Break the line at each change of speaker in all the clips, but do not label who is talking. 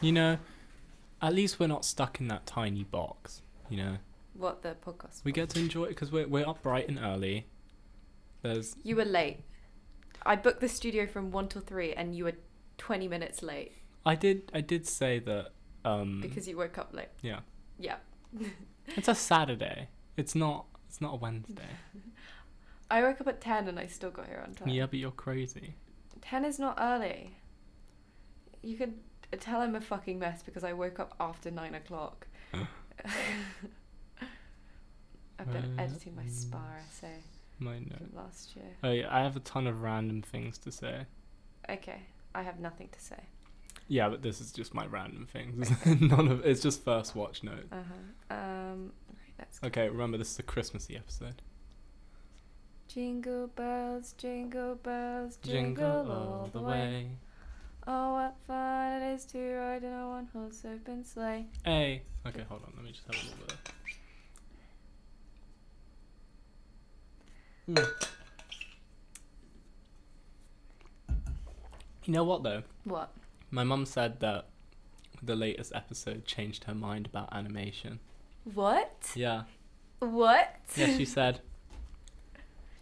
You know, at least we're not stuck in that tiny box. You know,
What the podcast?
we get to enjoy it because we're we're up bright and early. There's
You were late. I booked the studio from one till three, and you were twenty minutes late
I did I did say that um
because you woke up late.
yeah
Yeah.
it's a Saturday. It's not it's not a Wednesday.
I woke up at ten, and I still got here on time.
Yeah, but you're crazy.
Ten is not early. You could tell I'm a fucking mess because I woke up after nine o'clock. I've been
Uh,
editing my spa essay
My no.
from last year.
Oh yeah, I have a ton of random things to say.
Okay, I have nothing to say.
Yeah, but this is just my random things. None of it's just first watch note.
Uh huh. Um, right, let's go.
Okay, remember this is a Christmassy episode.
Jingle bells, jingle bells, jingle, all the way. Oh, what fun it is to ride in a one horse open sleigh.
Hey. Okay, hold on. Let me just have a little bit. of- Mm. You know what though?
What?
My mum said that the latest episode changed her mind about animation.
What?
Yeah.
What?
Yeah, she said.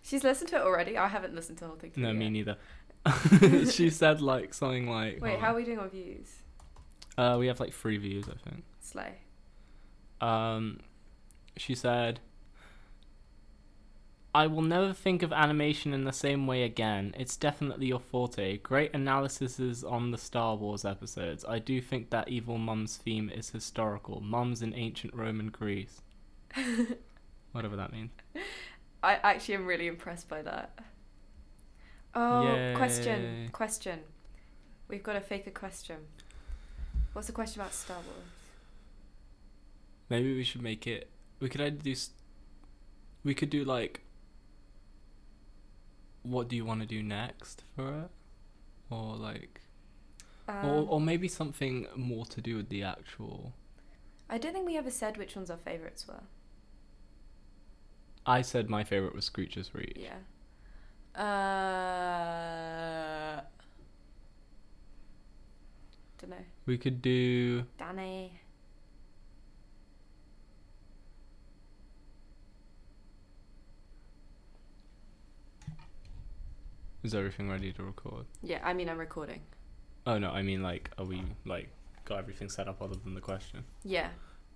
She's listened to it already. I haven't listened to the whole thing.
No,
through
me
yet.
neither. she said like something like.
Wait,
hold
how are
on.
we doing on views?
Uh, we have like three views, I think.
Slay.
Um, she said, I will never think of animation in the same way again. It's definitely your forte. Great analyses on the Star Wars episodes. I do think that Evil Mum's theme is historical. Mums in ancient Rome and Greece. Whatever that means.
I actually am really impressed by that. Oh,
Yay.
question. Question. We've got to fake a question. What's the question about Star Wars?
Maybe we should make it. We could either do. s- We could do like. What do you want to do next for it? Or like. or,
Um,
or maybe something more to do with the actual.
I don't think we ever said which ones our favourites were.
I said my favorite was Screecher's Reach.
Yeah. Uh. Don't know.
We could do.
Danny.
Is everything ready to record?
Yeah, I mean, I'm recording.
Oh no, I mean like, are we like got everything set up other than the question?
Yeah.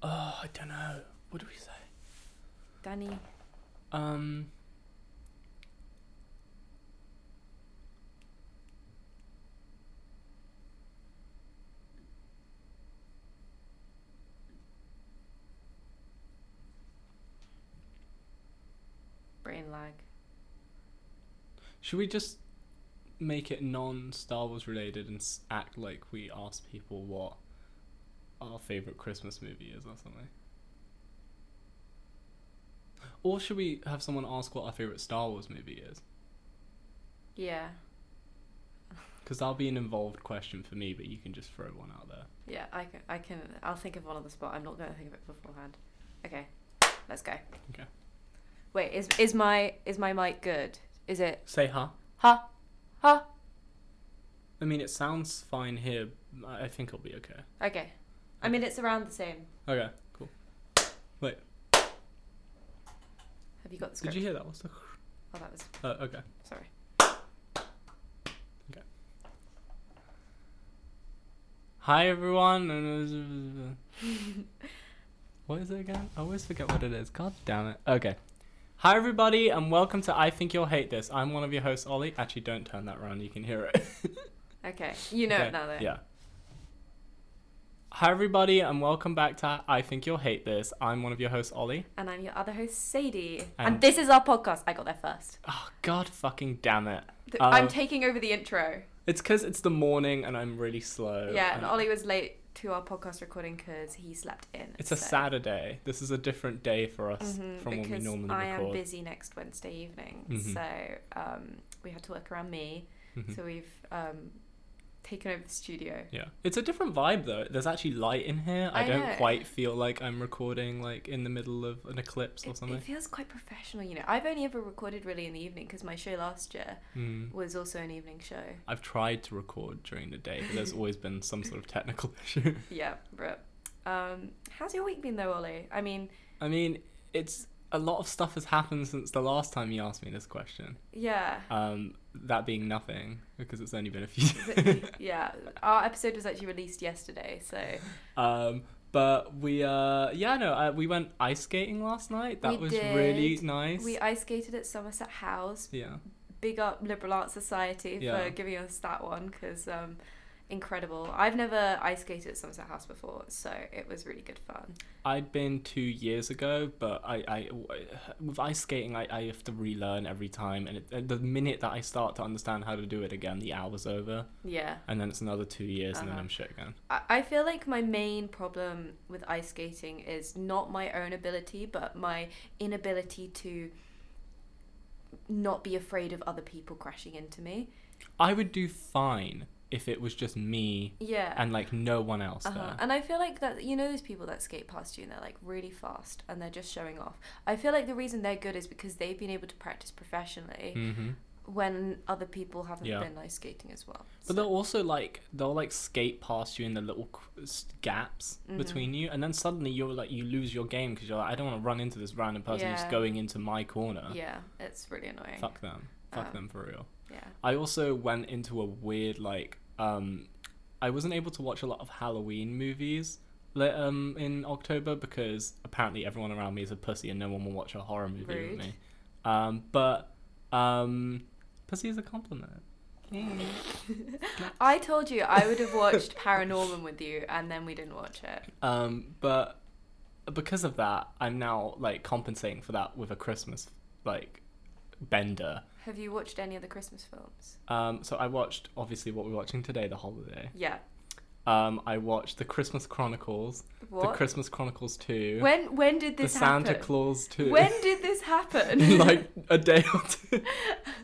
Oh, I don't know. What do we say?
Danny.
Um.
Brain lag.
Should we just make it non Star Wars related and s- act like we ask people what our favorite Christmas movie is or something? Or should we have someone ask what our favorite Star Wars movie is?
Yeah.
Because that'll be an involved question for me, but you can just throw one out there.
Yeah, I can. I can. I'll think of one on the spot. I'm not going to think of it beforehand. Okay, let's go.
Okay.
Wait, is is my is my mic good? Is it
Say huh.
ha ha?
I mean, it sounds fine here. I I think it'll be okay.
Okay. I mean, it's around the same.
Okay, cool.
Have you got the
Did
script?
you hear that? What's the.
Oh, that was
Uh, okay.
sorry.
Hi everyone. and- what is it again? I always forget what it is. God damn it. Okay. Hi everybody, and welcome to I Think You'll Hate This. I'm one of your hosts, Ollie. Actually, don't turn that around. You can hear it.
Okay, you know
Okay,
it now though.
Yeah. Hi everybody, and welcome back to I Think You'll Hate This. I'm one of your hosts, Ollie.
And I'm your other host, Sadie. And,
And-
this is our podcast. I got there first.
Oh God, fucking damn it.
Th-
Oh.
I'm taking over the intro.
It's because it's the morning and I'm really slow.
yeah, and
and
Ollie was late to our podcast recording because he slept in.
It's a
so-
Saturday. This is a different day for us
Mhm,
from when we
because
normally
I am
record.
busy next Wednesday evening,
Mhm.
so um, we had to work around me.
Mhm.
So we've um, taken over the studio.
Yeah. It's a different vibe though. There's actually light in here. I,
I
don't
know.
quite feel like I'm recording like in the middle of an eclipse or
It,
something.
it feels quite professional, you know. I've only ever recorded really in the evening because my show last year
Hmm.
was also an evening show.
I've tried to record during the day, but there's always been some sort of technical issue.
Yeah, bro. Um, how's your week been though, Ollie? I mean,
I mean, it's a lot of stuff has happened since the last time you asked me this question.
yeah.
Um, that being nothing because it's only been a few. days.
But- yeah, our episode was actually released yesterday, so
um, but we uh, yeah, no, uh, we went ice skating last night. That
We
was really
did.
nice.
we ice skated at Somerset House.
yeah.
Big up Liberal Arts Society
Yeah.
for giving us that one because um, incredible. I've never ice skated at Somerset House before, so it was really good fun.
I'd been two years ago, but I, I w- with ice skating, I, I have to relearn every time, and it, and the minute that I start to understand how to do it again, the hour's over,
Yeah.
and then it's another two years, and then
Uh-huh.
I'm shit again.
I I feel like my main problem with ice skating is not my own ability, but my inability to not be afraid of other people crashing into me.
I would do fine if it was just me
Yeah.
and like no one else
Uh-huh.
there.
And I feel like that you know those people that skate past you and they're like really fast and they're just showing off. I feel like the reason they're good is because they've been able to practice professionally
hmm
when other people haven't
Yeah.
been ice skating as well.
But
So-
they'll also like they'll like skate past you in the little c- s- gaps
Mhm.
between you, and then suddenly you're like you lose your game because you're like I don't want to run into this random person who's
Yeah.
going into my corner.
yeah, it's really annoying.
Fuck them. Fuck
Um,
them for real.
Yeah.
I also went into a weird like um I wasn't able to watch a lot of Halloween movies li- um in October because apparently everyone around me is a pussy and no one will watch a horror movie
Rude.
with me. Um but um pussy is a compliment.
I told you I would have watched Paranorman with you and then we didn't watch it.
Um but because of that I'm now like compensating for that with a Christmas like bender.
Have you watched any of the Christmas films?
Um so I watched obviously what we're watching today, The Holiday.
Yeah.
Um I watched The Christmas Chronicles The
What?
Christmas Chronicles 2.
when when did
the
this
Santa
happen?
Claus 2.
When did this happen?
like a day or two.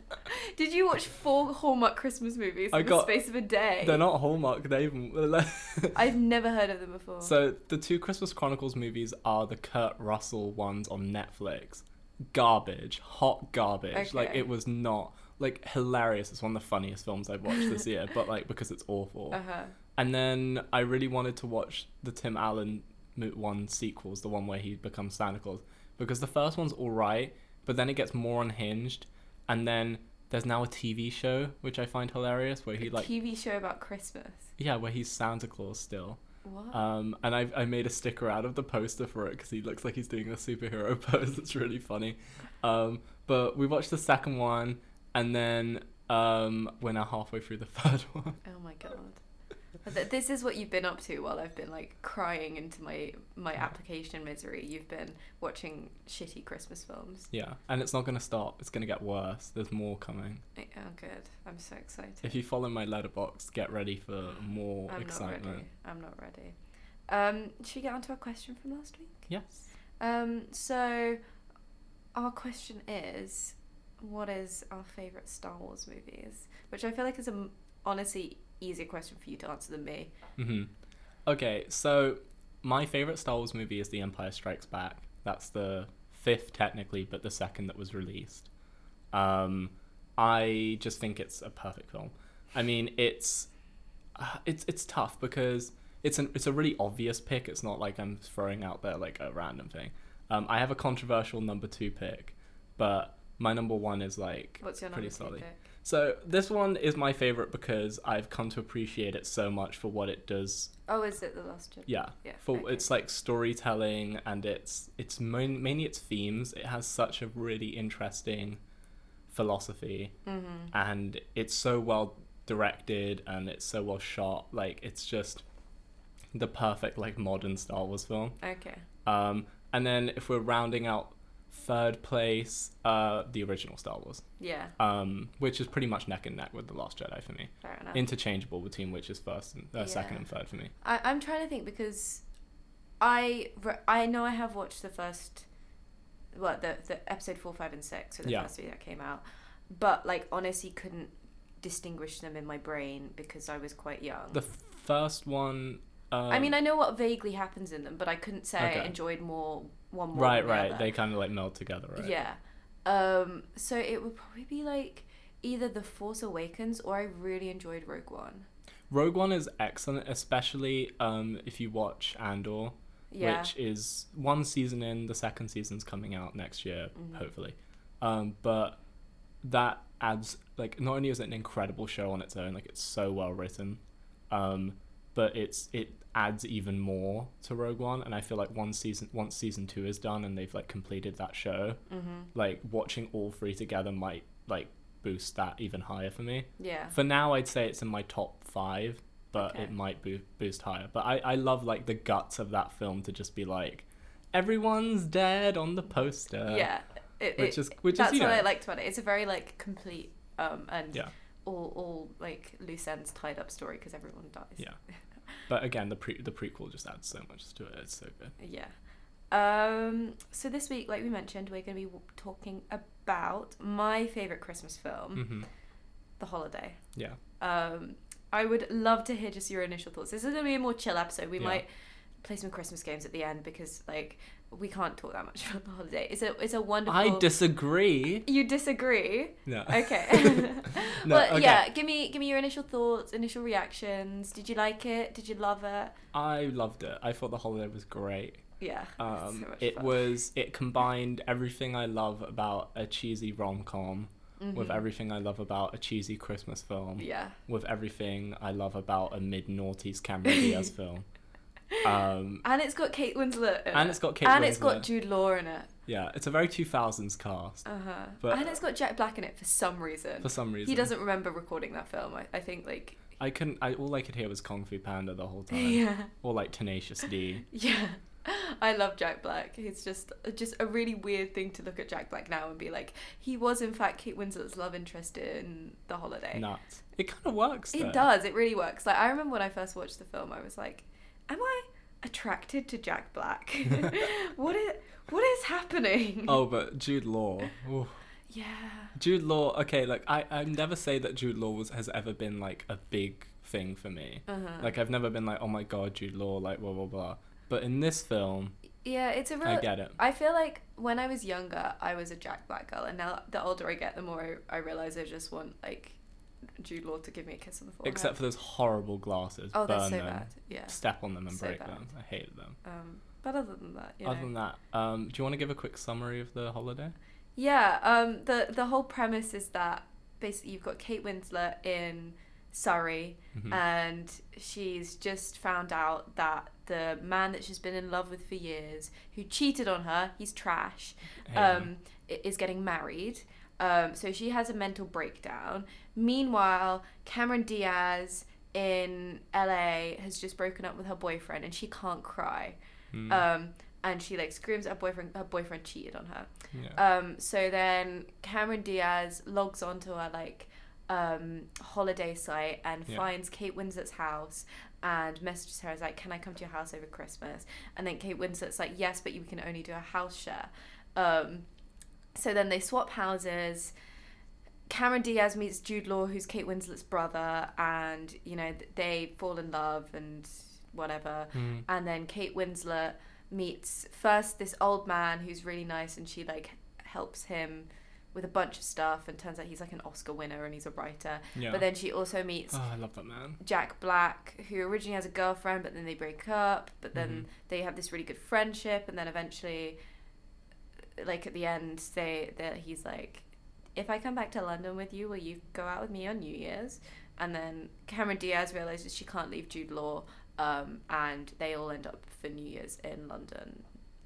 Did you watch four Hallmark Christmas movies
I
in
got-
the space of a day?
They're not Hallmark, they even.
I've never heard of them before.
so the two Christmas Chronicles movies are the Kurt Russell ones on Netflix. Garbage, hot garbage. Like
Okay.
it was not like hilarious. It's one of the funniest films I've watched this year, but like because it's awful.
uh huh.
And then I really wanted to watch the Tim Allen mo- one sequels, the one where he becomes Santa Claus, because the first one's all right, but then it gets more unhinged, and then there's now a TV show which I find hilarious where he like
TV show about Christmas.
yeah where he's Santa Claus still.
What?
Um, and I I made a sticker out of the poster for it because he looks like he's doing a superhero pose. It's really funny. Um, but we watched the second one, and then um, we're now halfway through the third one.
oh my god. But th- This is what you've been up to while I've been like crying into my my application misery. You've been watching shitty Christmas films.
Yeah, and it's not going to stop. It's going to get worse. There's more coming.
Eh, Oh, good. I'm so excited.
If you follow my letterbox, get ready for more
I'm not
excitement.
ready. I'm not ready. Um, should we get onto our question from last week?
Yes.
Um, so our question is, what is our favorite Star Wars movies? Which I feel like is a m- honestly easier question for you to answer than me.
hmm Okay, so my favorite Star Wars movie is The Empire Strikes Back. That's the fifth, technically, but the second that was released. Um, I just think it's a perfect film. I mean, it's uh, it's it's tough because it's an it's a really obvious pick. It's not like I'm throwing out there like a random thing. Um, I have a controversial number two pick, but my number one is like
What's your
pretty
number two
solid.
pick?
So this one is my favorite because I've come to appreciate it so much for what it does.
Oh, is it the last Jedi?
Yeah,
Yeah,
for
okay.
it's like storytelling and it's it's main, mainly its themes. It has such a really interesting philosophy
Mm-hmm.
and it's so well directed and it's so well shot. Like it's just the perfect like modern Star Wars film.
Okay.
Um, and then if we're rounding out third place, uh, the original Star Wars
Yeah.
um, which is pretty much neck and neck with the Last Jedi for me.
Fair enough.
Interchangeable between which is first and uh, second
Um, Yeah.
and third for me.
I, I'm trying to think because I re- I know I have watched the first, well, the the episode four, five, and six, so the
Yeah.
first three that came out, but like honestly couldn't distinguish them in my brain because I was quite young.
The first one. Um,
Um, I mean, I know what vaguely happens in them, but I couldn't say I
Okay.
enjoyed more one more.
right,
than the
right.
other.
They kind of like meld together, right?
Yeah. Um. So it would probably be like either The Force Awakens or I really enjoyed Rogue One.
Rogue One is excellent, especially um, if you watch Andor,
Yeah.
which is one season in. The second season's coming out next year,
Mhm.
hopefully. Um, but that adds like not only is it an incredible show on its own, like it's so well written, um, but it's it adds even more to Rogue One. And I feel like one season once season two is done and they've like completed that show,
mm-hmm.
like watching all three together might like boost that even higher for me.
Yeah.
For now, I'd say it's in my top five,
Oh.
but
Okay.
it might bo- boost higher. But I, I love like the guts of that film to just be like, everyone's dead on the poster.
yeah. It,
Uh, which
it,
is which
that's
is you
what
know,
I liked about it. It's a very like complete um and
Yeah.
all all like loose ends tied up story because everyone dies.
Yeah. but again the pre the prequel just adds so much to it. It's so good.
Yeah. Um, so this week, like we mentioned, we're going to be w- talking about my favorite Christmas film,
hmm
The Holiday.
Yeah,
Um, I would love to hear just your initial thoughts. This is going to be a more chill episode. We
Yeah.
might play some Christmas games at the end because like we can't talk that much about The Holiday. It's a it's a wonderful.
I disagree.
you disagree.
No.
Okay.
No,
but
okay.
yeah, give me give me your initial thoughts, initial reactions. Did you like it? Did you love it?
I loved it. I thought the holiday was great.
Yeah.
Um,
so much
it
fun.
was it combined everything I love about a cheesy rom com with
Mhm.
everything I love about a cheesy Christmas film.
Yeah.
with everything I love about a mid noughties Cameron Diaz film. Um,
And it's got Kate Winslet. In
And
it.
it's got Kate
And it's got
Winslet.
Jude Law in it.
yeah, it's a very 2000s cast
Uh huh.
But-
and it's got Jack Black in it for some reason.
for some reason.
He doesn't remember recording that film. I, I think like.
I couldn't. I, all I could hear was Kung Fu Panda the whole time,
Yeah.
or like Tenacious D.
Yeah. I love Jack Black. He's just just a really weird thing to look at Jack Black now and be like, he was in fact Kate Winslet's love interest in The Holiday.
Nuts. It kind of works. though.
It does. It really works. Like I remember when I first watched the film, I was like, "Am I attracted to Jack Black? what is what is happening?"
Oh, but Jude Law. oof.
yeah.
Jude Law. Okay, like I, I never say that Jude Law was, has ever been like a big thing for me.
Uh-huh.
Like I've never been like, oh my god, Jude Law, like blah blah blah. But in this film,
yeah, it's a real.
I get it.
I feel like when I was younger, I was a Jack Black girl, and now the older I get, the more I, I realize I just want like Jude Law to give me a kiss on the forehead.
Except for those horrible glasses.
oh,
burn
that's so
them.
bad. Yeah.
step on them and
So
break
bad.
them. I hated them.
Um, but other than that, you
Other
know.
than that, um, do you want to give a quick summary of the holiday?
Yeah, um, the the whole premise is that basically you've got Kate Winslet in Surrey,
Mhm.
and she's just found out that the man that she's been in love with for years, who cheated on her, he's trash,
Hey,
um, i- is getting married. Um, so she has a mental breakdown. Meanwhile, Cameron Diaz in LA has just broken up with her boyfriend, and she can't cry.
mm,
Um, and she like screams at her boyfriend. Her boyfriend cheated on her.
yeah.
Um, so then Cameron Diaz logs onto her like um, holiday site and
Yeah.
finds Kate Winslet's house and messages her as like, "Can I come to your house over Christmas?" And then Kate Winslet's like, "Yes, but you can only do a house share." Um, so then they swap houses. Cameron Diaz meets Jude Law, who's Kate Winslet's brother, and you know th- they fall in love and whatever
Mm,
and then Kate Winslet meets first this old man who's really nice and she like helps him with a bunch of stuff and turns out he's like an Oscar winner and he's a writer.
yeah.
But then she also meets
oh, I love that man.
Jack Black who originally has a girlfriend but then they break up, but then
Mhm.
they have this really good friendship and then eventually like at the end they that he's like if I come back to London with you, will you go out with me on New Year's? And then Cameron Diaz realizes she can't leave Jude Law, um, and they all end up for New Year's in London.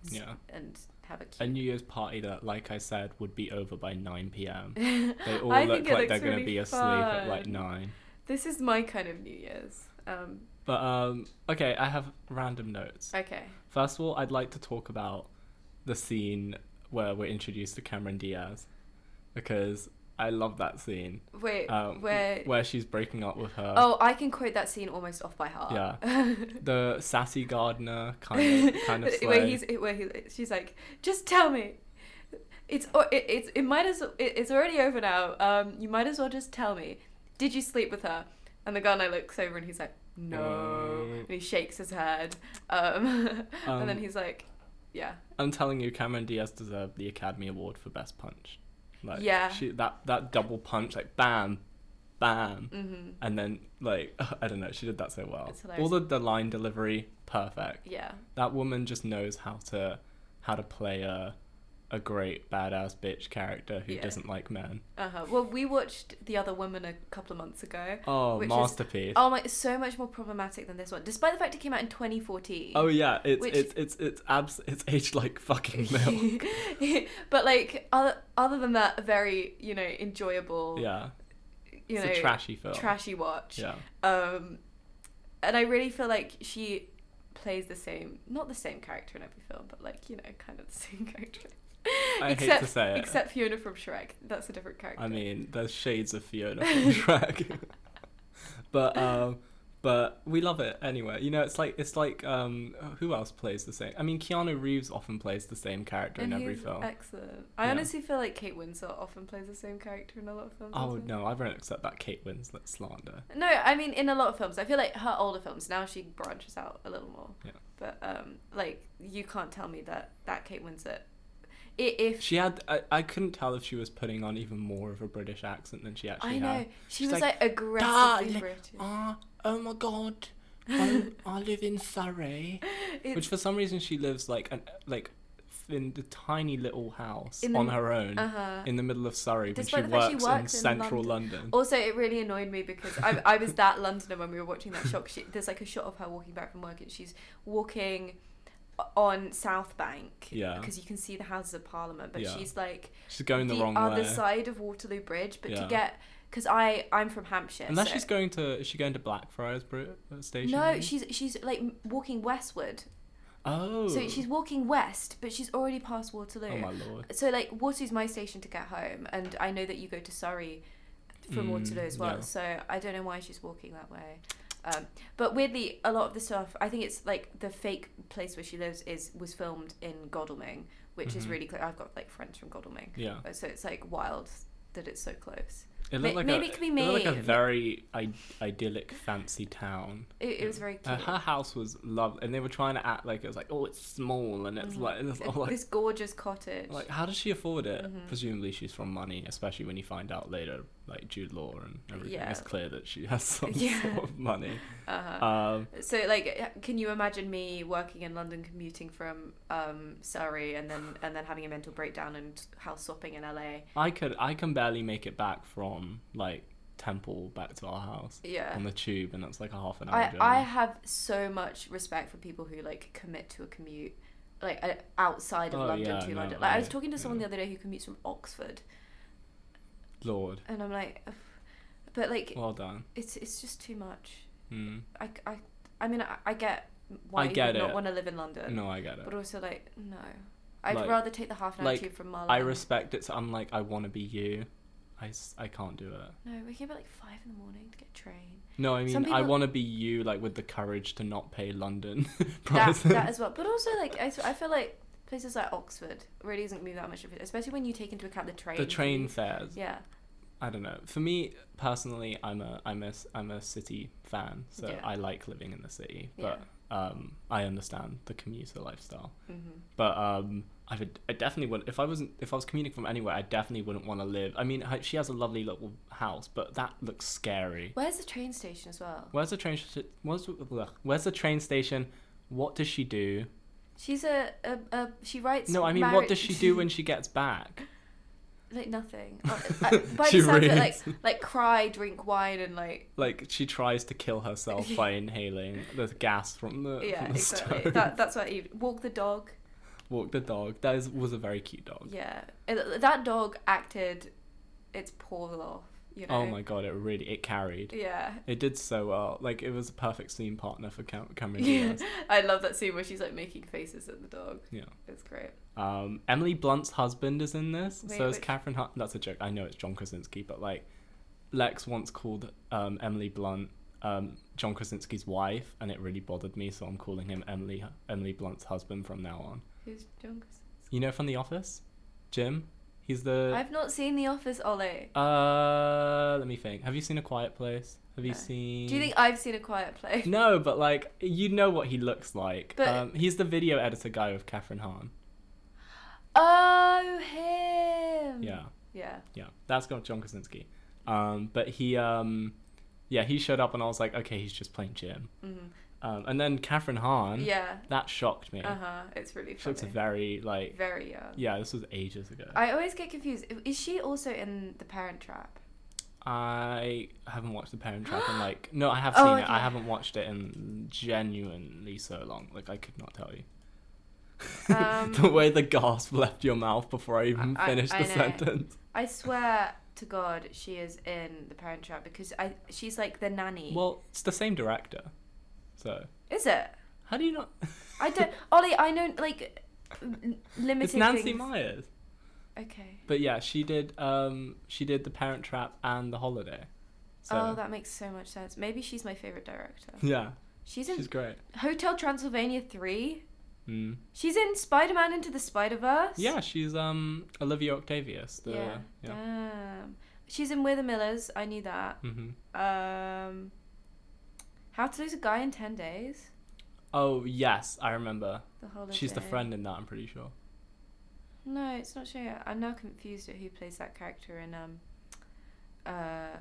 s-
Yeah.
And have a cute.
A New Year's party that, like I said, would be over by 9 p.m. They all
I
look
think it
like they're
looks
going
really
to be asleep at like
fun.
9.
This is my kind of New Year's. Um,
But um, okay, I have random notes.
okay.
First of all, I'd like to talk about the scene where we're introduced to Cameron Diaz because I love that scene
Wait.
um,
where?
where she's breaking up with her.
oh, I can quote that scene almost off by heart. Yeah.
Uh, the sassy gardener kind of kind of
where
slay.
he's where he she's like, just tell me. oh, It's o- it, it's it might as it, it's already over now. Um, you might as well just tell me. Did you sleep with her? And the guy and I looks over and he's like, No.
Uh.
And he shakes his head. Um, and
Um,
then he's like, Yeah.
I'm telling you, Cameron Diaz deserved the Academy Award for Best Punch. Like,
Yeah.
She, that that double punch, like bam, bam,
Mm-hmm.
and then like I don't know. She did that so well.
It's hilarious.
All the, the line delivery, perfect.
Yeah.
That woman just knows how to how to play a a great badass bitch character who
Yeah.
doesn't like men.
Uh-huh. Well, we watched The Other Woman a couple of months ago.
Oh,
Which is-
masterpiece.
Oh my, it's so much more problematic than this one, despite the fact it came out in 2014.
Oh yeah, it's
Which-
it's it's it's abs it's aged like fucking milk.
but like other, other than that, a very you know enjoyable,
yeah,
you
it's
know,
a trashy film.
trashy watch.
Yeah,
Um, and I really feel like she plays the same, not the same character in every film, but like you know, kind of the same character.
I
except,
hate to say it.
Except Fiona from Shrek, that's a different character.
I mean, there's shades of Fiona from Shrek, but um, but we love it anyway. You know, it's like it's like um, who else plays the same? I mean, Keanu Reeves often plays the same character
And
in every
he's
film.
Excellent. I
Yeah.
honestly feel like Kate Winslet often plays the same character in a lot of films.
oh
also.
no, I won't accept that Kate Winslet slander.
No, I mean in a lot of films. I feel like her older films now she branches out a little more.
Yeah.
But um, like you can't tell me that that Kate Winslet, i- if
She had I, I couldn't tell if she was putting on even more of a British accent than she actually
I know
had.
she
She's
was
like,
like, aggressively
"Darling,
British.
Ah, oh my God, i I live in Surrey.
It's-
Which for some reason she lives like an like in the tiny little house
In the
on
m-
her own
uh-huh.
in the middle of Surrey when she
Despite the fact
works,
she
in
works in
central London.
Also, it really annoyed me because I, I was that Londoner when we were watching that shot. 'cause She, there's like a shot of her walking back from work, and she's walking on South Bank.
Yeah.
Because you can see the Houses of Parliament, but
Yeah.
she's like
She's going the, wrong
other
way.
side of Waterloo Bridge. But
Yeah.
to get, because I I'm from Hampshire.
Unless
so-
she's going to is she going to Blackfriars Br- uh, station?
No,
maybe?
she's she's like m- walking westward.
Oh.
So she's walking west, but she's already past Waterloo.
Oh my lord.
So like Waterloo's my station to get home, and I know that you go to Surrey from
Mm,
Waterloo as well.
yeah.
So I don't know why she's walking that way. Um, but weirdly, a lot of the stuff I think it's like the fake place where she lives is was filmed in Godalming, which is
Mhm.
really close. I've got like friends from Godalming,
Yeah.
Uh, so it's like wild that it's so close.
It
May-
looked like
maybe
a,
it could be
looked like
me.
a very I- idyllic fancy town.
It, it was very
Uh,
cute.
her house was lovely, and they were trying to act like it was like, oh, it's small, and it's
Mhm.
like, it's all like
this gorgeous cottage.
Like, how does she afford it?
Mhm.
Presumably, she's from money, especially when you find out later, like Jude Law and everything.
Yeah.
It's clear that she has some
Yeah.
sort of money.
uh-huh.
Um,
So, like, can you imagine me working in London, commuting from um, Surrey, and then and then having a mental breakdown and house swapping in LA?
I could, I can barely make it back from like Temple back to our house
Yeah,
on the tube, and it's like a half an hour
I
journey.
I have so much respect for people who like commit to a commute, like uh, outside of
Oh,
London
yeah,
to
no,
London. Like, I was
I-
talking to someone
yeah.
the other day who commutes from Oxford,
Lord,
and I'm like, "Ugh." but like,
well done.
it's it's just too much.
Mm.
I I, I mean, I, I get why
I get
you would
it.
not want to live in London,
No, I get it.
but also like, no, I'd
Like-
rather take the half an hour
like,
tube from Marlow.
I respect it. So I'm like, I want to be you. I, s- I can't do it.
No, we came up at like five in the morning to get a train.
No, I
Some
mean, I
people-
want to be you, like with the courage to not pay London
That,
prices.
that as well. But also, like, I, I feel like places like Oxford really isn't going to be that much of it, especially when you take into account the train.
the train
fees.
fares.
Yeah.
I don't know. For me personally, I'm a I'm a s- I'm a city fan, so
Yeah.
I like living in the city.
Yeah.
But um, I understand the commuter lifestyle.
Mm-hmm.
But um, I would I definitely would if I wasn't if I was commuting from anywhere, I definitely wouldn't want to live. I mean, h- she has a lovely little house, but that looks scary.
Where's the train station as well?
Where's the train? Sh- where's ugh, where's the train station? What does she do?
She's a, a, a she writes.
No, I mean, what
marriage-
does she do when she gets back?
like nothing? Uh, I- By
She
the sounds of it, like
reads.
like cry, drink wine, and like
Like she tries to kill herself by inhaling the gas from the,
yeah,
Uh, from the
exactly.
stove.
That, that's what you walk the dog.
walk the dog. That is, was a very cute dog.
Yeah, Uh, that dog acted its paw off. You know.
Oh my god, it really it carried.
Yeah.
It did so well. Like it was a perfect scene partner for Cam- Cameron
Yeah,
Diaz.
I love that scene where she's like making faces at the dog.
Yeah.
It's great.
Um, Emily Blunt's husband is in this.
Wait,
so is
which-
Catherine. Hu- That's a joke. I know it's John Krasinski, but like Lex once called um, Emily Blunt um, John Krasinski's wife, and it really bothered me. So I'm calling him Emily Emily Blunt's husband from now on.
Who's John Krasinski?
You know from The Office, Jim. He's the.
I've not seen The Office, Ollie.
Uh, let me think. Have you seen A Quiet Place? Have you
No.
seen?
Do you think I've seen A Quiet Place?
Mm. No, but like you know what he looks like.
But-
um, he's the video editor guy with Catherine Hahn.
Oh, him.
Yeah,
Yeah.
yeah, that's got John Krasinski. Um, but he, um, yeah, he showed up and I was like, okay, he's just playing Jim.
Mhm.
Um, and then Catherine Hahn,
Yeah.
that shocked me.
Uh huh. It's really
She looks
funny.
very like,
Very young.
yeah, this was ages ago.
I always get confused. Is she also in The Parent Trap?
I haven't watched The Parent Trap in like no, I have seen
Oh,
it. I
okay.
haven't watched it in genuinely so long. Like I could not tell you.
Um,
the way the gasp left your mouth before I even
I- I-
finished
I
the
know.
sentence.
I swear to God, she is in The Parent Trap because I she's like the nanny.
Well, it's the same director, so
is it?
how do you not?
I don't. Ollie, I know like n- limited.
it's Nancy
things.
Myers.
Okay.
But yeah, she did. Um, she did The Parent Trap and The Holiday. So,
Oh, that makes so much sense. Maybe she's my favorite director.
yeah,
She's in
she's great.
Hotel Transylvania three.
Mm.
She's in Spider Man Into the Spider Verse.
Yeah, she's um Olivia Octavius. The,
yeah.
yeah.
Damn. She's in We're the Millers. I knew that.
hmm
Um, How to Lose a Guy in Ten Days.
Oh yes, I remember.
The holiday.
She's the friend in that. I'm pretty sure.
No, it's not sure. yet. I'm now confused at who plays that character in um, uh,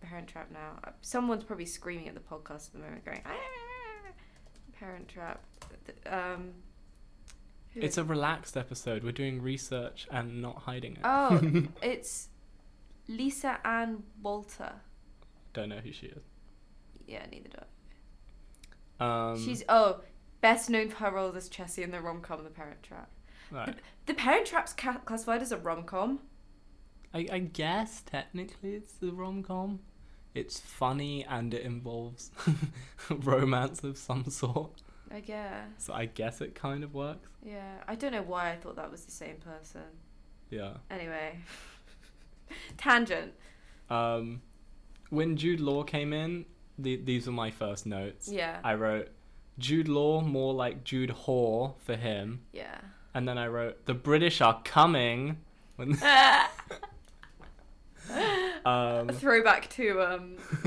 Parent Trap. Now, Uh, someone's probably screaming at the podcast at the moment, going, "Ah!" Parent Trap. Th- Um, who
It's
is-
a relaxed episode. We're doing research and not hiding it.
Oh. it's Lisa Ann Walter.
Don't know who she is.
Yeah, neither do I.
Um,
She's oh, best known for her role as Chessie in the rom com The Parent Trap.
right.
The Parent Trap's ca- classified as a rom com.
I, I guess technically it's the rom com. It's funny and it involves romance of some sort.
I guess.
So I guess it kind of works.
Yeah, I don't know why I thought that was the same person.
Yeah.
Anyway, tangent.
Um, when Jude Law came in, the, these were my first notes.
Yeah,
I wrote Jude Law more like Jude Whore for him.
yeah.
And then I wrote, The British are coming. When, um,
A throwback to um.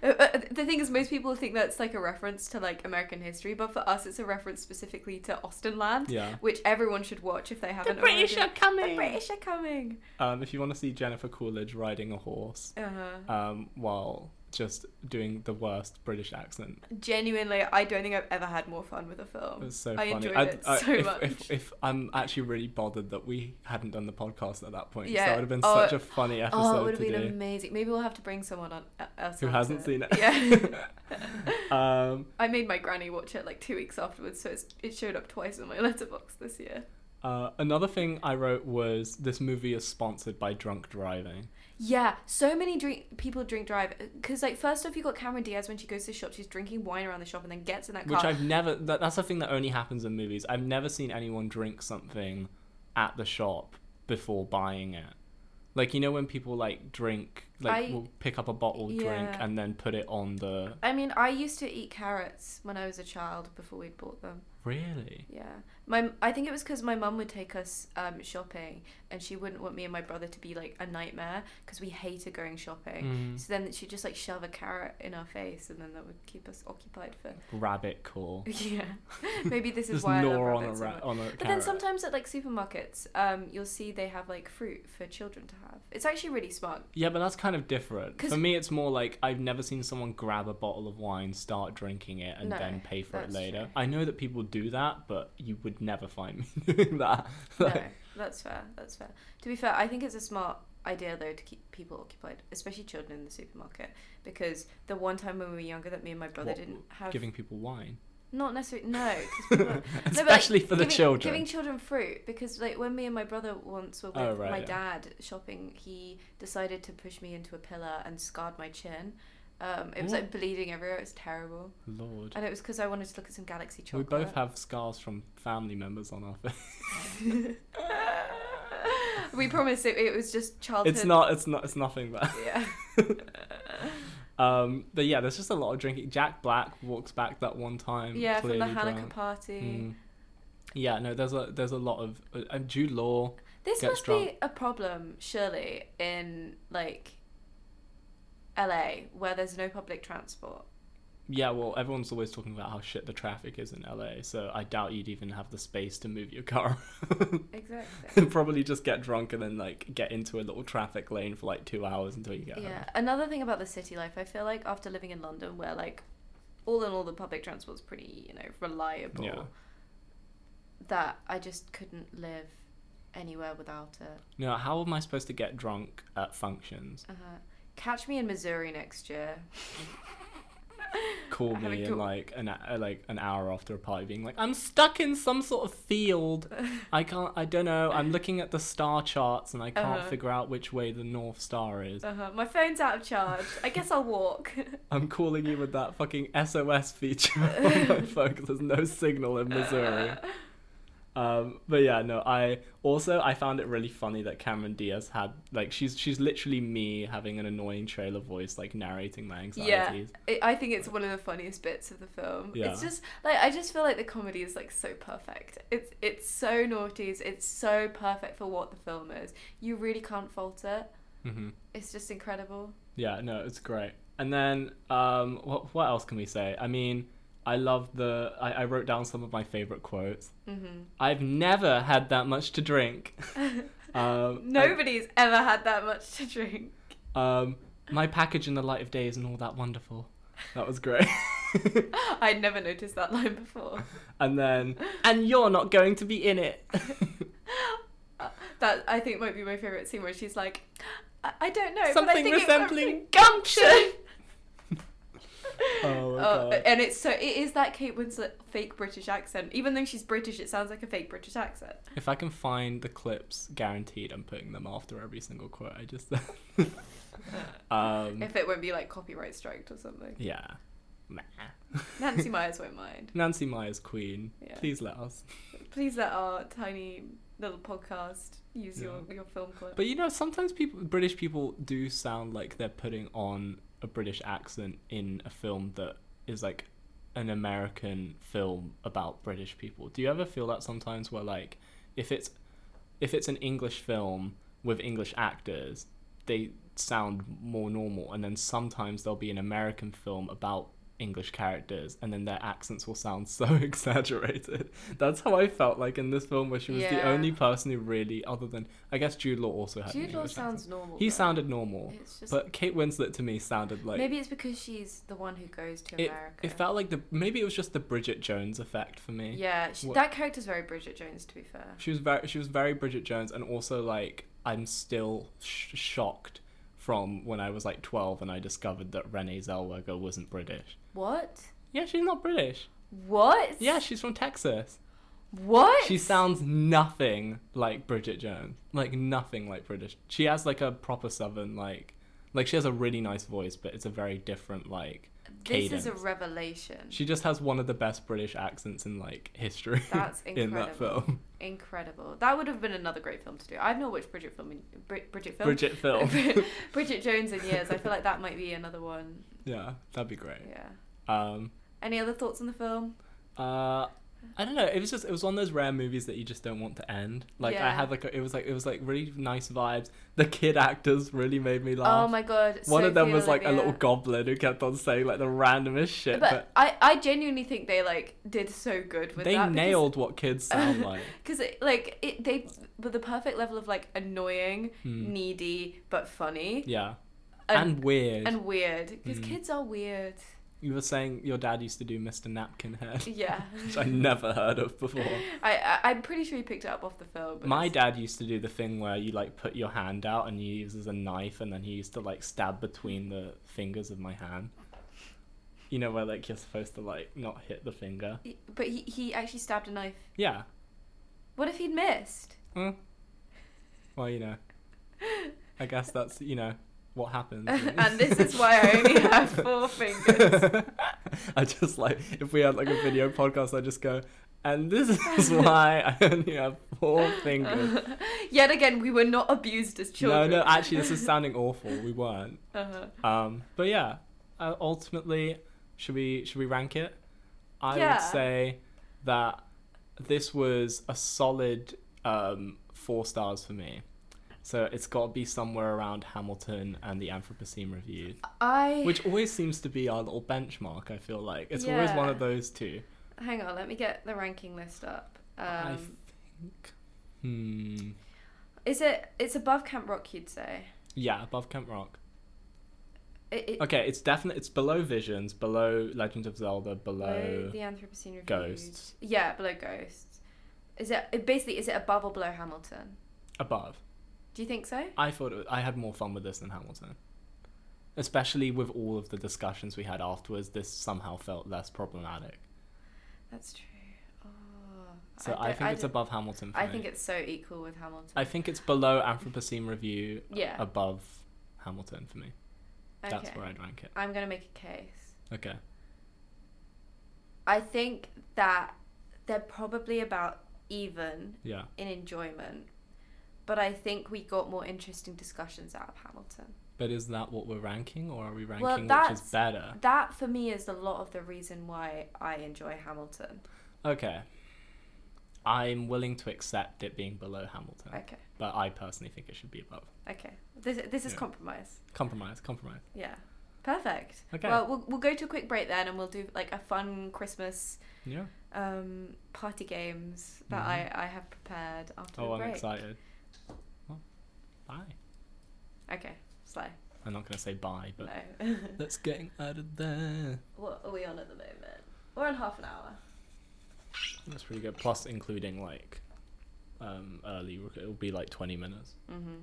uh, the thing is, most people think that's like a reference to like American history, but for us, it's a reference specifically to Austin Land,
yeah.
which everyone should watch if they haven't. already. The British are coming.
Um, if you want to see Jennifer Coolidge riding a horse
Uh huh.
um, while just doing the worst British accent,
Genuinely, I don't think I've ever had more fun with a
it
film.
was so
I
funny.
enjoyed it so
if,
much.
If, if I'm actually really bothered that we hadn't done the podcast at that point, 'cause
Yeah.
that would have been
Oh,
such a funny
Oh, it
episode
would
to
have been
do.
amazing. Maybe we'll have to bring someone on uh, else
Who
on
hasn't
to-
seen it?
Yeah.
um,
I made my granny watch it like two weeks afterwards, so it's, it showed up twice on my letterbox this year.
uh, another thing I wrote was this movie is sponsored by drunk driving.
Yeah, so many drink people drink drive because like first off, you got Cameron Diaz when she goes to the shop, she's drinking wine around the shop and then gets in that car.
Which I've never. That, that's a thing that only happens in movies. I've never seen anyone drink something at the shop before buying it. Like you know when people like drink, like
I-
will pick up a bottle, drink,
Yeah.
and then put it on the.
I mean, I used to eat carrots when I was a child before we bought them.
Really?
Yeah, my I think it was because my mum would take us um, shopping, and she wouldn't want me and my brother to be like a nightmare because we hated going shopping.
Mm.
So then she'd just like shove a carrot in our face, and then that would keep us occupied for.
Rabbit core.
Yeah, maybe this is
Just
why I love
gnaw on a
rabbits so
ra-
much.
on a
But then
carrot.
sometimes at like supermarkets, um, you'll see they have like fruit for children to have. It's actually really smart.
Yeah, but that's kind of different.
'Cause-
For me, it's more like I've never seen someone grab a bottle of wine, start drinking it, and
No,
then pay for it
that's
later.
true.
I know that people do that, but you would never find me doing that.
No,
Like,
that's fair. That's fair. To be fair, I think it's a smart idea though to keep people occupied, especially children in the supermarket, because the one time when we were younger that me and my brother
What-
didn't have
Giving people wine.
not necessarily no 'cause people are- No, but, like,
especially for the
giving,
children.
Giving children fruit because like when me and my brother once were with
Oh, right,
my
yeah.
dad shopping, he decided to push me into a pillar and scarred my chin. Um, it was
Ooh.
like bleeding everywhere. It was terrible,
Lord,
and it was because I wanted to look at some Galaxy
we
chocolate.
both have scars from family members on our face.
we promise it. It was just childhood.
It's not. It's not. It's nothing. But
Yeah.
um, but yeah, there's just a lot of drinking. Jack Black walks back that one time.
yeah, from the
clearly Mm.
Hanukkah
drunk.
party.
Mm. Yeah, no, there's a there's a lot of uh, and Jude Law.
This
gets
must
drunk.
be a problem, surely, in like LA where there's no public transport.
Yeah, well, everyone's always talking about how shit the traffic is in LA, so I doubt you'd even have the space to move your car.
Exactly.
You'd Probably just get drunk and then like get into a little traffic lane for like two hours until you get home.
Yeah. Another thing about the city life, I feel like after living in London, where like all in all the public transport's pretty, you know, reliable.
Yeah.
That I just couldn't live anywhere without it.
No, how am I supposed to get drunk at functions?
Uh-huh. Catch me in Missouri next year.
Call
Having
me in
to-
like an uh, like an hour after a party, being like, I'm stuck in some sort of field. I can't. I don't know. I'm looking at the star charts and I can't
Uh-huh.
figure out which way the north star is.
Uh-huh. My phone's out of charge. I guess I'll walk.
I'm calling you with that fucking SOS feature on my phone 'cause there's no signal in Missouri. Um, but yeah, no. I also I found it really funny that Cameron Diaz had like she's she's literally me having an annoying trailer voice like narrating my anxieties.
I I think it's one of the funniest bits of the film. It's
Yeah.
just like I just feel like the comedy is like so perfect. It's it's so naughty. It's- It's so perfect for what the film is. You really can't fault it.
hmm
It's just incredible.
Yeah, no, it's great. And then um, what what else can we say? I mean, I love the. I, I wrote down some of my favorite quotes.
Mm-hmm.
I've never had that much to drink. um, I-
Nobody's ever had that much to drink.
um, my package in the light of day isn't all that wonderful. That was great.
I'd never noticed that line before.
and then, and you're not going to be in it.
That I think might be my favorite scene where she's like, I, I don't know, but I
Something
think it's
resembling
gumption.
Oh my
Oh,
God.
and it's so it is that Kate Winslet fake British accent. Even though she's British, it sounds like a fake British accent.
If I can find the clips, guaranteed I'm putting them after every single quote I just um,
If it won't be like copyright striked or something,
yeah. Meh.
Nancy Myers won't mind.
Nancy Myers Queen.
Yeah.
Please let us.
Please let our tiny little podcast use your
Yeah.
your film clip.
But you know, sometimes people, British people, do sound like they're putting on a British accent in a film that is like an American film about British people. Do you ever feel that sometimes, where like if it's if it's an English film with English actors, they sound more normal, and then sometimes there'll be an American film about English characters, and then their accents will sound so exaggerated. That's how I felt like in this film, where she was the
Yeah.
only person who really, other than I guess Jude Law also had. an
Jude Law
English accent.
sounds normal.
He
though.
sounded normal,
It's just
but Kate Winslet to me sounded like
maybe it's because she's the one who goes to
it,
America.
it felt like the maybe it was just the Bridget Jones effect for me.
yeah, she,
What-
that character's very Bridget Jones. To be fair,
She was very she was very Bridget Jones, and also like I'm still sh- shocked from when I was like 12 and I discovered that Renee Zellweger wasn't British.
what?
Yeah, she's not British.
What?
Yeah, she's from Texas.
What?
She sounds nothing like Bridget Jones. Like nothing like British. She has like a proper southern like like she has a really nice voice, but it's a very different like
This is a
cadence.
revelation.
She just has one of the best British accents in like history
That's
in that
incredible.
film.
Incredible. That would have been another great film to do. I've not watched Bridget film in Brid- Bridget film.
Bridget film.
Bridget Jones in years. I feel like that might be another one.
yeah, that'd be great.
Yeah.
Um
Any other thoughts on the film?
Uh, I don't know. It was just it was one of those rare movies that you just don't want to end. Like I
Yeah.
had like a, it was like it was like really nice vibes. The kid actors really made me laugh.
Oh my god.
one of them
Sophie
was like a
Olivia.
little goblin who kept on saying like the randomest shit,
But,
but,
I, I genuinely think they like did so good with
they
that.
nailed what kids sound like.
Because 'cause it, like it, they were the perfect level of like annoying,
Hmm.
needy, but funny
Yeah, and,
and
weird.
and weird. Because
Hmm.
kids are weird.
you were saying your dad used to do Mr. Napkinhead,
Yeah.
which I never heard of before.
I, I I'm pretty sure he picked it up off the film. but
My
it's-
dad used to do the thing where you like put your hand out and you use as a knife, and then he used to like stab between the fingers of my hand. You know where like you're supposed to like not hit the finger.
He- But he, he actually stabbed a knife.
Yeah.
What if he'd missed?
Hmm. Well, you know, I guess that's you know what happens.
And this is why I only have four fingers.
I just like if we had like a video podcast, I just go, and this is why I only have four fingers.
Yet again, we were not abused as children.
No, no, actually, this is sounding awful. We weren't.
Uh-huh.
Um, but yeah, uh, ultimately, should we should we rank it? I
Yeah.
would say that this was a solid um, four stars for me. So it's got to be somewhere around Hamilton and the Anthropocene Review,
I
which always seems to be our little benchmark. I feel like it's always one of
Yeah.
those two.
hang on. Let me get the ranking list up.
I
Um,
think. Hmm.
is it? It's above Camp Rock, you'd say.
Yeah, above Camp Rock.
It, it,
Okay, it's definitely it's below Visions, below Legend of Zelda,
below
below
the Anthropocene Review.
Ghosts.
Yeah, below Ghosts. Is it, it basically is it above or below Hamilton?
above.
Do you think so?
I thought it was- I had more fun with this than Hamilton, especially with all of the discussions we had afterwards. This somehow felt less problematic.
That's true. Oh,
So
don't-
I, think it's
don't-
above Hamilton. For
I
me.
think it's so equal with Hamilton.
I think it's below Anthropocene Review,
yeah.
above Hamilton for me. That's
okay.
where I'd rank it.
I'm gonna make a case.
Okay.
I think that they're probably about even
Yeah.
in enjoyment, but I think we got more interesting discussions out of Hamilton.
But is that what we're ranking, or are we ranking which
that's-
is better?
That for me is a lot of the reason why I enjoy Hamilton.
Okay. I'm willing to accept it being below Hamilton,
Okay,
but I personally think it should be above.
okay. This this is
Yeah.
compromise.
Compromise. Compromise.
Yeah. Perfect.
Okay.
Well, well, we'll go to a quick break then, and we'll do like a fun Christmas
Yeah.
um, party games that I, I have prepared after
Mm-hmm. Oh,
the
I'm
break.
excited. Well, bye.
Okay, slow.
I'm not gonna say bye, but
no.
let's getting out of there.
what are we on at the moment? We're on half an hour.
That's pretty good. Plus, including like um early, rec- it'll be like 20 minutes.
Mm-hmm.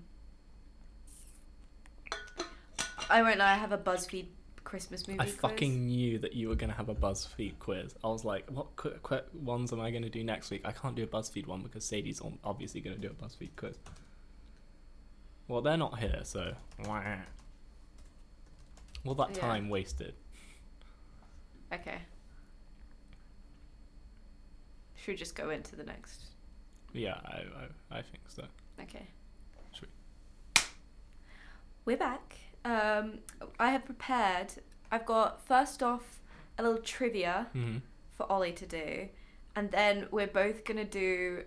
I won't lie, I have a BuzzFeed Christmas movie
I
quiz.
fucking knew that you were gonna have a BuzzFeed quiz. I was like, what qu- qu- ones am I gonna do next week? I can't do a BuzzFeed one because Sadie's on- obviously gonna do a BuzzFeed quiz. Well, they're not here, so. wah. All that
Yeah.
time wasted.
Okay. Should we just go into the next?
Yeah, I, I, I think so.
Okay.
Should
We're back. Um, I have prepared. I've got first off a little trivia
hmm
for Ollie to do, and then we're both gonna do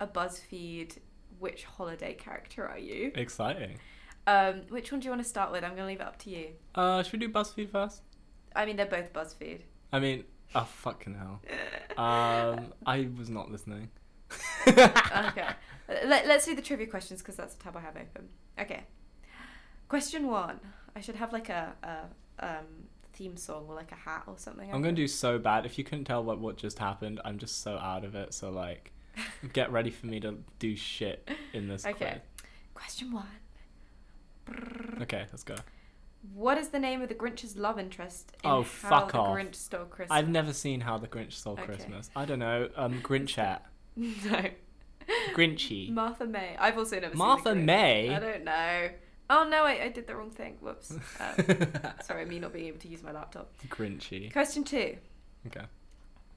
a BuzzFeed. Which holiday character are you?
Exciting.
Um, which one do you want to start with? I'm gonna leave it up to you.
Uh, should we do BuzzFeed first?
I mean, they're both BuzzFeed.
I mean, oh, fucking hell. Um, I was not listening.
okay. Let, let's do the trivia questions because that's the tab I have open. Okay. Question one. I should have like a, a um, theme song or like a hat or something.
I'm gonna do so bad. If you couldn't tell what what just happened, I'm just so out of it. So like, get ready for me to do shit in this.
Okay. Question one.
Quiz. Okay, let's go.
What is the name of the Grinch's love interest in How
Oh, fuck
the
off.
Grinch Stole Christmas?
I've never seen How the Grinch Stole
Okay.
Christmas. I don't know. Um, Grinchette,
no.
Grinchy,
Martha May. I've also never
Martha
seen the Grinch. I
May.
don't know. Oh no, I, I did the wrong thing. Whoops. Um, sorry, me not being able to use my laptop.
Grinchy.
Question two.
Okay.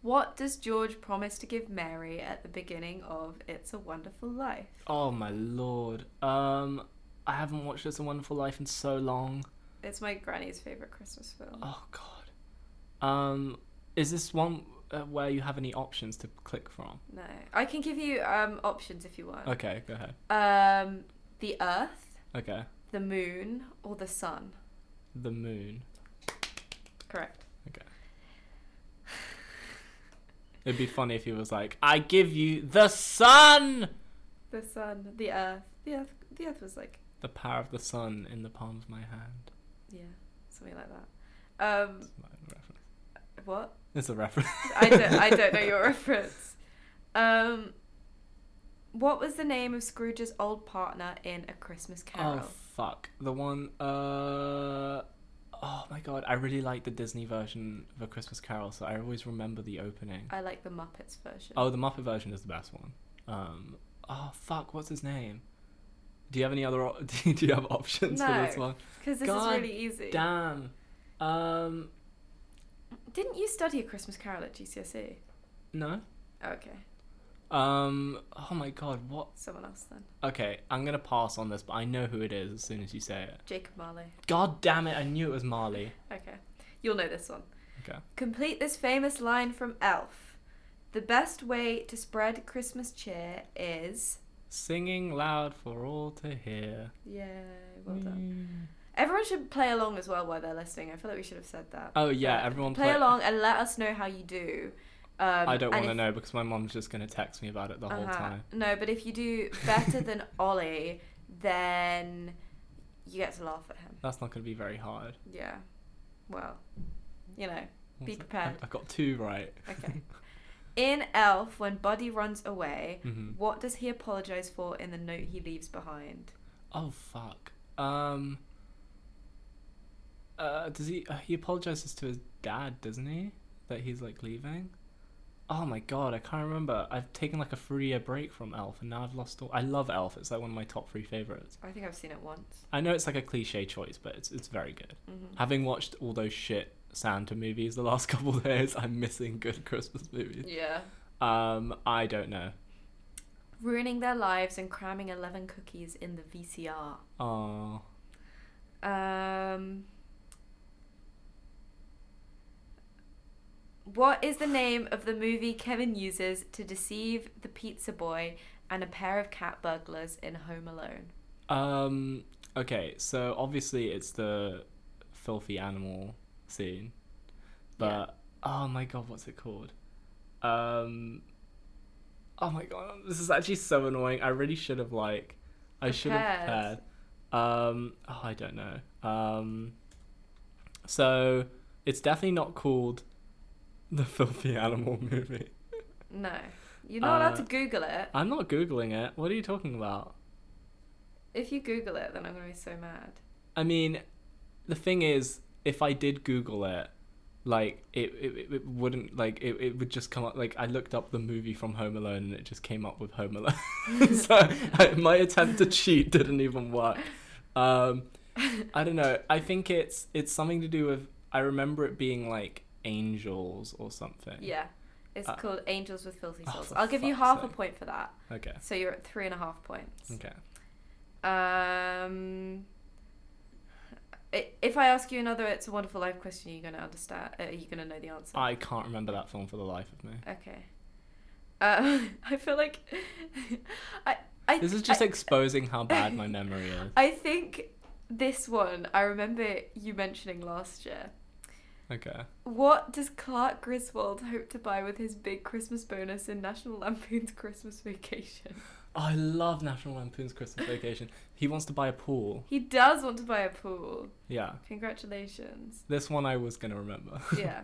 What does George promise to give Mary at the beginning of It's a Wonderful Life?
Oh my lord. Um, I haven't watched It's a Wonderful Life in so long.
It's my granny's favorite Christmas film.
Oh god. Um, is this one uh, where you have any options to click from?
No, I can give you um, options if you want.
Okay, go ahead.
Um, the Earth,
Okay,
the Moon, or the Sun.
the moon.
Correct.
It'd be funny if he was like, "I give you the sun."
The Sun, the Earth, the Earth. The Earth was like,
The power of the sun in the palm of my hand.
yeah, something like that. Um,
It's not a reference.
what?
It's a reference.
I don't. I don't know your reference. Um, what was the name of Scrooge's old partner in A Christmas Carol?
Oh fuck! The one. Uh. Oh my god! I really like the Disney version of A Christmas Carol, so I always remember the opening.
I like the Muppets version.
Oh, the Muppet version is the best one. Um. Oh fuck! What's his name? Do you have any other? Op- do you have options for this
No.
one?
Because this
God
is really easy.
Damn. Um.
Didn't you study A Christmas Carol at GCSE?
No.
E? Oh, okay,
Um. Oh my god! What?
someone else then.
Okay, I'm gonna pass on this, but I know who it is as soon as you say it.
Jacob Marley.
God damn it! I knew it was Marley.
Okay, you'll know this one.
Okay.
Complete this famous line from Elf. The best way to spread Christmas cheer is
singing loud for all to hear.
Yeah, well
Mm.
done. Everyone should play along as well while they're listening. I feel like we should have said that.
Oh yeah, everyone
play, along and let us know how you do. Um,
I don't
and
want to
if-
know because my mom's just gonna text me about it the whole
Uh-huh.
time.
No, but if you do better than Ollie, then you get to laugh at him.
That's not gonna be very hard.
Yeah. Well, you know. Be
What's it?
prepared.
I, I got two right.
Okay. in Elf, when Buddy runs away,
hmm
what does he apologize for in the note he leaves behind?
Oh fuck. Um. Uh, does he? Uh, he apologizes to his dad, doesn't he? That he's like leaving. Oh my god, I can't remember. I've taken like a three-year break from Elf, and now I've lost all. I love Elf. It's like one of my top three favorites.
I think I've seen it once.
I know it's like a cliche choice, but it's it's very good.
hmm
Having watched all those shit Santa movies the last couple of days, I'm missing good Christmas movies.
Yeah.
Um, I don't know.
Ruining their lives and cramming 11 cookies in the VCR.
Oh,
Um, what is the name of the movie Kevin uses to deceive the pizza boy and a pair of cat burglars in Home Alone?
um, okay. So obviously it's the filthy animal scene, but oh my god, what's it called? Um, oh my god, this is actually so annoying. I really should have like, I should have prepared.
Prepared.
Um, oh, I don't know. Um, so it's definitely not called the filthy animal movie.
No. You're not allowed to
Uh,
Google it.
I'm not googling it. What are you talking about?
If you Google it, then I'm going to be so mad.
I mean, the thing is, if I did Google it, like it, it, it- it wouldn't like it, it would just come up like I looked up the movie from Home Alone and it just came up with Home Alone. so I, my attempt to cheat didn't even work. Um, I don't know. I think it's it's something to do with I remember it being like angels or something.
Yeah. It's
Uh,
called Angels with Filthy
oh,
Souls.
for
I'll give you
fuck's
half a
sake.
point for that.
Okay.
So you're at three and a half points.
Okay.
Um, i- if I ask you another "It's a Wonderful Life" question, are you going to understand? Uh, are you going to know the answer?
I can't remember that film for the life of me.
Okay. Uh, I feel like I. I
This is just
I,
exposing how bad my memory is.
I think this one I remember you mentioning last year.
Okay.
What does Clark Griswold hope to buy with his big Christmas bonus in National Lampoon's Christmas Vacation?
I love National Lampoon's Christmas Vacation. He wants to buy a pool.
He does want to buy a pool.
Yeah.
Congratulations.
This one I was going to remember.
Yeah.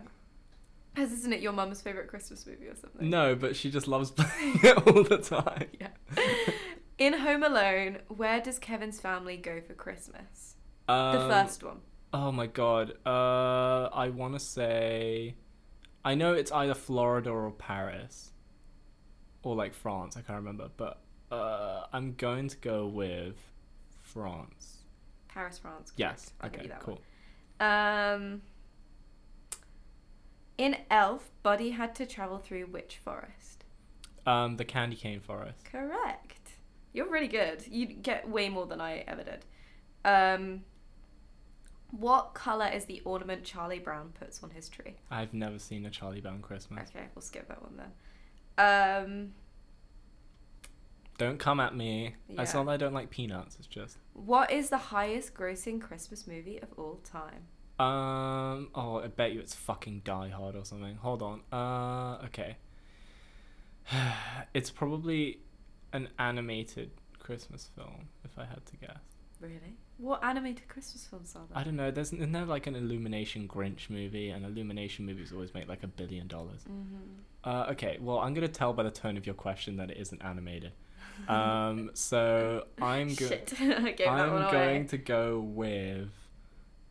As isn't it your mum's favourite Christmas movie or something?
no, but she just loves playing it all the time.
Yeah. In Home Alone, where does Kevin's family go for Christmas?
Um,
the first one.
Oh my god. Uh, I want to say. I know it's either Florida or Paris. Or like France. I can't remember. But uh, I'm going to go with France.
Paris, France. correct.
Yes.
I'll give
okay,
you that
cool.
one. Um, in Elf, Buddy had to travel through which forest?
Um, the candy cane forest.
Correct. You're really good. You get way more than I ever did. Um, what colour is the ornament Charlie Brown puts on his tree?
I've never seen a Charlie Brown Christmas.
Okay, we'll skip that one then. Um,
Don't come at me. It's
Yeah.
not that I don't like peanuts. It's just.
what is the highest grossing Christmas movie of all time?
Um. Oh, I bet you it's fucking Die Hard or something. Hold on. Uh. Okay. it's probably an animated Christmas film, if I had to guess.
Really? What animated Christmas films are there?
I don't know. There's isn't there like an Illumination Grinch movie, and Illumination movies always make like a billion dollars.
Mm-hmm.
Uh. Okay. Well, I'm gonna tell by the tone of your question that it isn't animated. Um. So I'm going.
Mm-hmm. Shit, I gave that one
I'm
away.
going to go with.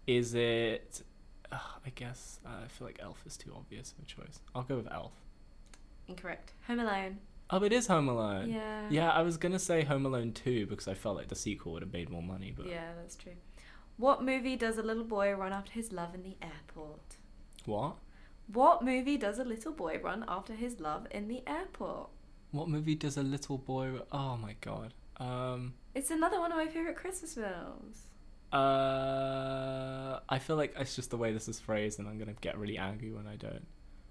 Is it? Ugh, I guess uh, I feel like Elf is too obvious of a choice. I'll go with Elf.
Incorrect. Home Alone.
Oh, it is Home Alone.
Yeah.
Yeah, I was gonna say Home Alone two because I felt like the sequel would have made more money, but
Yeah, that's true. What movie does a little boy run after his love in the airport?
what?
What movie does a little boy run after his love in the airport?
What movie does a little boy? Oh my god. Um.
It's another one of my favorite Christmas films.
Uh. I feel like it's just the way this is phrased, and I'm gonna get really angry when I don't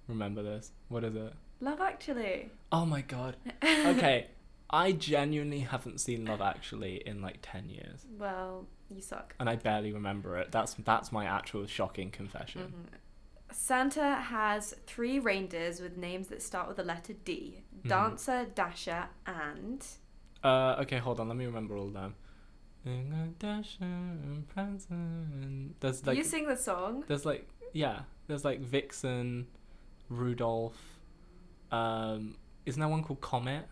remember this. What is it?
Love Actually.
Oh my god. okay. I genuinely haven't seen Love Actually in like ten years,
Well, you suck.
and I barely remember it. That's that's my actual shocking confession.
Mm-hmm. Santa has three reindeers with names that start with the letter D
Mhm.
Dancer, Dasher, and.
Uh, okay, hold on. Let me remember all of them. Dasher and Prancer and- There's like
you sing the song.
there's like yeah there's like Vixen, Rudolph. Um, isn't there one called Comet?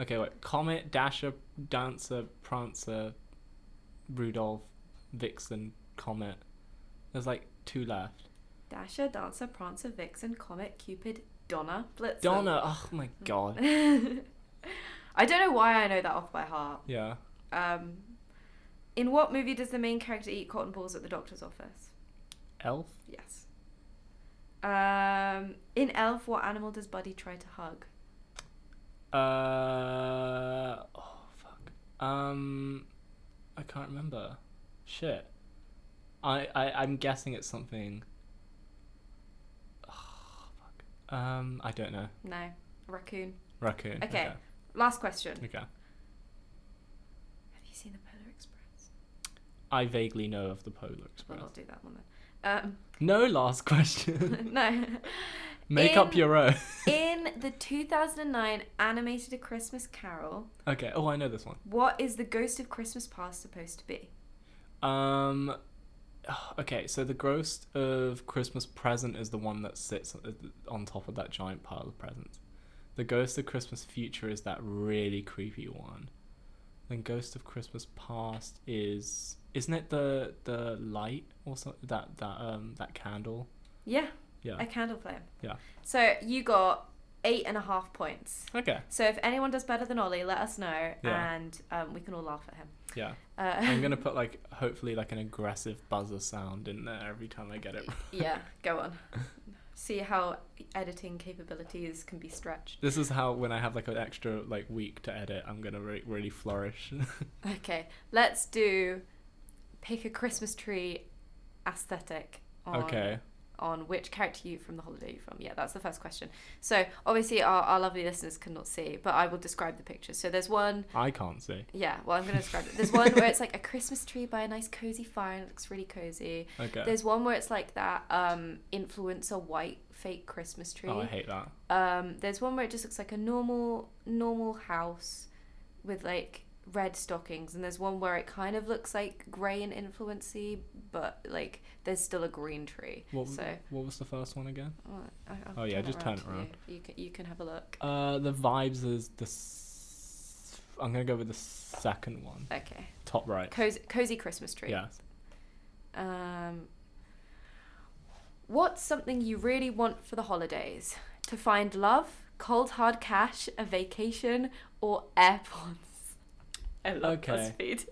Okay, wait. Comet, Dasher, Dancer, Prancer, Rudolph, Vixen, Comet. There's like two left.
Dasher, Dancer, Prancer, Vixen, Comet, Cupid, Donna, Blitzen.
Donna. Oh my god.
I don't know why I know that off by heart.
Yeah.
Um, in what movie does the main character eat cotton balls at the doctor's office?
Elf.
Yes. Um, in Elf, what animal does Buddy try to hug?
Uh oh fuck. Um I can't remember. Shit. I, I I'm guessing it's something. Oh, fuck. Um I don't know.
No, raccoon.
Raccoon.
Okay. Last question.
Okay. Okay.
Have you seen the Polar Express?
I vaguely know of the Polar Express.
Well, I'll do that one then.
No last question.
Um, no.
Make up
In-
your own.
In the 2009 animated A Christmas Carol,
okay. Oh, I know this one.
what is the Ghost of Christmas Past supposed to be?
Um okay, so the ghost of Christmas present is the one that sits on- on top of that giant pile of presents. The ghost of Christmas future is that really creepy one. Then ghost of Christmas past is isn't it the the light or something that that um that candle?
Yeah,
Yeah.
a candle flame.
Yeah.
So you got eight and a half points.
Okay.
So if anyone does better than Ollie, let us know,
Yeah.
and um, we can all laugh at him.
Yeah.
Uh,
I'm going to put like hopefully like an aggressive buzzer sound in there every time I get it. wrong.
yeah, go on. See how editing capabilities can be stretched.
This is how when I have like an extra like week to edit, I'm going to re- really flourish.
Okay, let's do pick a Christmas tree aesthetic. On,
okay.
Um, On which character you from the holiday you from? Yeah, that's the first question. So obviously our, our lovely listeners cannot see, but I will describe the pictures. So there's one
I can't see.
Yeah, well, I'm going to describe it. There's one where it's like a Christmas tree by a nice cozy fire and it looks really cozy.
Okay.
There's one where it's like that um, influencer white fake Christmas tree.
Oh, I hate that.
um, there's one where it just looks like a normal normal house with like red stockings, and there's one where it kind of looks like grey and influency, but like there's still a green tree.
What,
so
what was the first one again?
well, I, I'll
Oh, yeah, just turn
to
it around.
You. you can you can have a look.
Uh, the vibes is the. S- I'm gonna go with the second one,
Okay,
top right.
cozy cozy Christmas tree.
Yes.
Um, what's something you really want for the holidays? To find love, cold hard cash, a vacation, or airpods? I love
Okay.
BuzzFeed.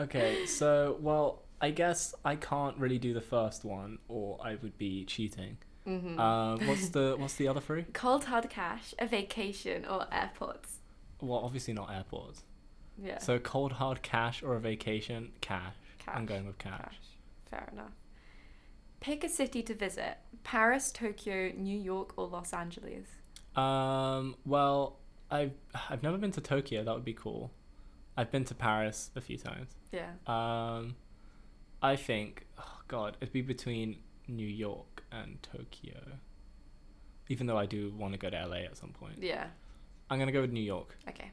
Okay. So, well, I guess I can't really do the first one, or I would be cheating.
Mm-hmm.
Uh, what's the What's the other three?
cold hard cash, a vacation, or airpods?
Well, obviously not airports.
Yeah.
So, cold hard cash or a vacation? Cash. I'm
Cash,
going with cash.
Fair enough. Pick a city to visit: Paris, Tokyo, New York, or Los Angeles.
Um. Well, I've I've never been to Tokyo. That would be cool. I've been to Paris a few times.
Yeah.
Um, I think, oh God, it'd be between New York and Tokyo. Even though I do want to go to LA at some point,
Yeah.
I'm gonna go with New York.
Okay.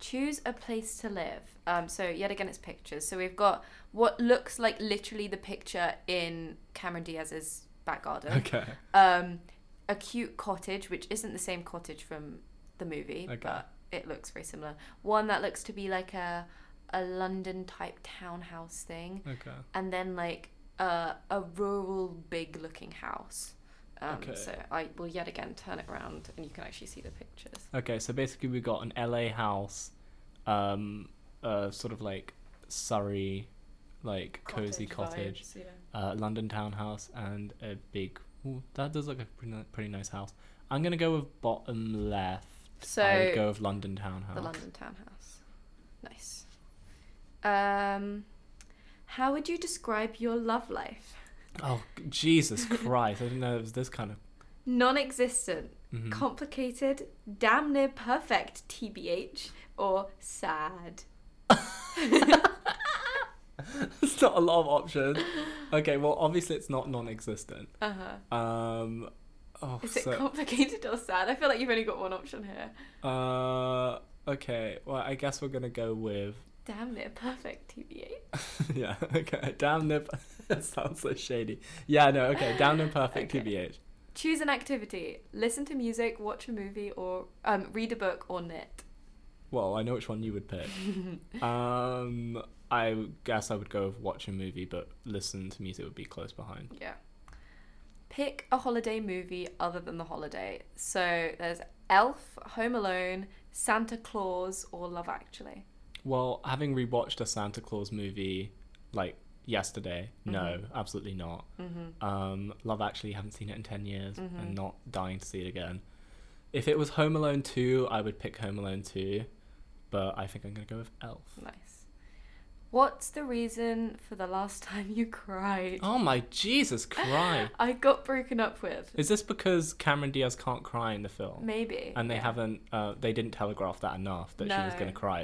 Choose a place to live. Um, so yet again, it's pictures. So we've got what looks like literally the picture in Cameron Diaz's back garden.
Okay.
Um, a cute cottage, which isn't the same cottage from the movie,
Okay.
but it looks very similar. One that looks to be like a a London type townhouse thing,
Okay.
and then like a a rural big looking house. Um,
Okay.
So I will yet again turn it around, and you can actually see the pictures.
Okay. So basically, we got an LA house, um, uh, sort of like Surrey, like cozy cottage,
vibes, yeah.
uh, London townhouse, and a big. Ooh, that does look like a pretty, ni- pretty nice house. I'm gonna go with bottom left. I
So
would go with London townhouse.
the London townhouse. Nice. Um, how would you describe your love life?
Oh Jesus Christ! I didn't know it was this kind of
non existent,
Mhm.
complicated, damn near perfect, TBH, or sad.
It's not a lot of options. Okay, well, obviously it's not non-existent.
Uh huh.
Um, oh,
Is
so,
it complicated or sad? I feel like you've only got one option here.
uh, okay. Well, I guess we're gonna go with
Damn near perfect, TBH.
yeah. Okay, damn nip. that sounds so shady. Yeah, no. Okay, damn nip perfect.
Okay.
Tbh.
Choose an activity: listen to music, watch a movie, or um, read a book or knit.
Well, I know which one you would pick. um, I guess I would go with watch a movie, but listen to music would be close behind.
Yeah. Pick a holiday movie other than the holiday. So there's Elf, Home Alone, Santa Claus, or Love Actually.
Well, having rewatched a Santa Claus movie like yesterday, no, absolutely not. Um, Love Actually, haven't seen it in 10 years and not dying to see it again. If it was Home Alone 2, I would pick Home Alone 2, but I think I'm going to go with Elf.
Nice. What's the reason for the last time you cried?
Oh my Jesus Christ.
I got broken up with.
Is this because Cameron Diaz can't cry in the film?
Maybe.
And they
yeah.
haven't, uh, they didn't telegraph that enough that she was
No.
going to cry.